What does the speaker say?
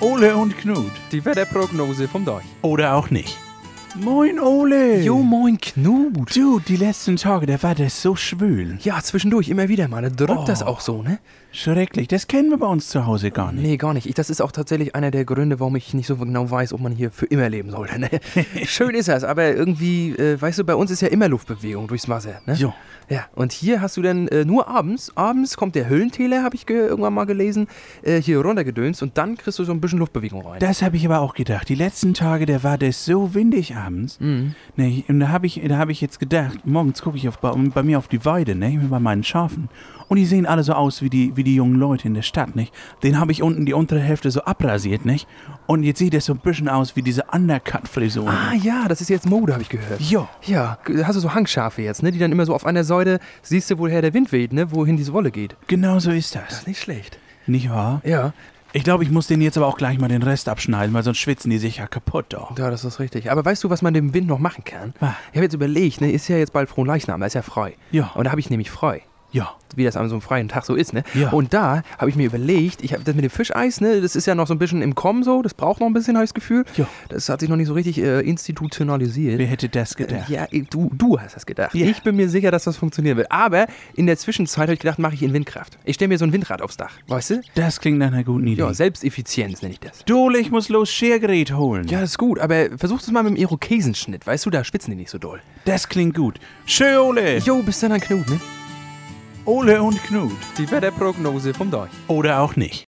Ole und Knut. Die Wetterprognose vom Deich. Oder auch nicht. Moin Ole. Jo, moin Knut. Du, die letzten Tage, der war das so schwül. Ja, zwischendurch immer wieder mal. Dann drückt Oh. das auch so, ne? Schrecklich, das kennen wir bei uns zu Hause gar nicht. Nee, gar nicht. Ich, das ist auch tatsächlich einer der Gründe, warum ich nicht so genau weiß, ob man hier für immer leben sollte. Ne? Schön ist das, aber irgendwie, äh, weißt du, bei uns ist ja immer Luftbewegung durchs Wasser. Ne? Jo. Ja, und hier hast du dann äh, nur abends, abends kommt der Höllentäler, habe ich ge- irgendwann mal gelesen, äh, hier runtergedönst und dann kriegst du so ein bisschen Luftbewegung rein. Das habe ich aber auch gedacht. Die letzten Tage, der war das so windig abends. Mhm. Ne, und da habe ich, da hab ich jetzt gedacht, morgens gucke ich auf, bei, bei mir auf die Weide, ne, bei meinen Schafen. Und die sehen alle so aus wie die, wie die jungen Leute in der Stadt, nicht? Den habe ich unten die untere Hälfte so abrasiert, nicht? Und jetzt sieht das so ein bisschen aus wie diese Undercut-Frisur. Ah ja, das ist jetzt Mode, habe ich gehört. Jo. Ja, g- hast du so Hangschafe jetzt, ne? Die dann immer so auf einer Säule, siehst du, woher der Wind weht, ne? Wohin diese Wolle geht. Genau so ist das. nicht schlecht. Nicht wahr? Ja, Ich glaube, ich muss den jetzt aber auch gleich mal den Rest abschneiden, weil sonst schwitzen die sich ja kaputt doch. ja, das ist richtig. Aber weißt du, was man dem Wind noch machen kann? Was? Ich habe jetzt überlegt, ne? Ist ja jetzt bald Fronleichnam, da ist ja frei. Ja. Und da habe ich nämlich frei. Ja. Wie das an so einem freien Tag so ist, ne? Ja. Und da habe ich mir überlegt, ich habe das mit dem Fischeis, ne? Das ist ja noch so ein bisschen im Kommen so, das braucht noch ein bisschen, habe ich das Gefühl. Ja. Das hat sich noch nicht so richtig äh, institutionalisiert. Wer hätte das gedacht? Ja, eh, du, du hast das gedacht. Ja. Ich bin mir sicher, dass das funktionieren wird. Aber in der Zwischenzeit habe ich gedacht, mache ich in Windkraft. Ich stelle mir so ein Windrad aufs Dach. Weißt du? Das klingt nach einer guten Idee. Ja, Selbsteffizienz nenne ich das. Dole, ich muss los Schergerät holen. Ja, das ist gut, aber versuch es mal mit dem Irokesenschnitt. Weißt du, da spitzen die nicht so doll. Das klingt gut. Schö, Ole. Jo, bis dann ein Knut, ne? Ole und Knut. Die Wetterprognose vom Deich. Oder auch nicht.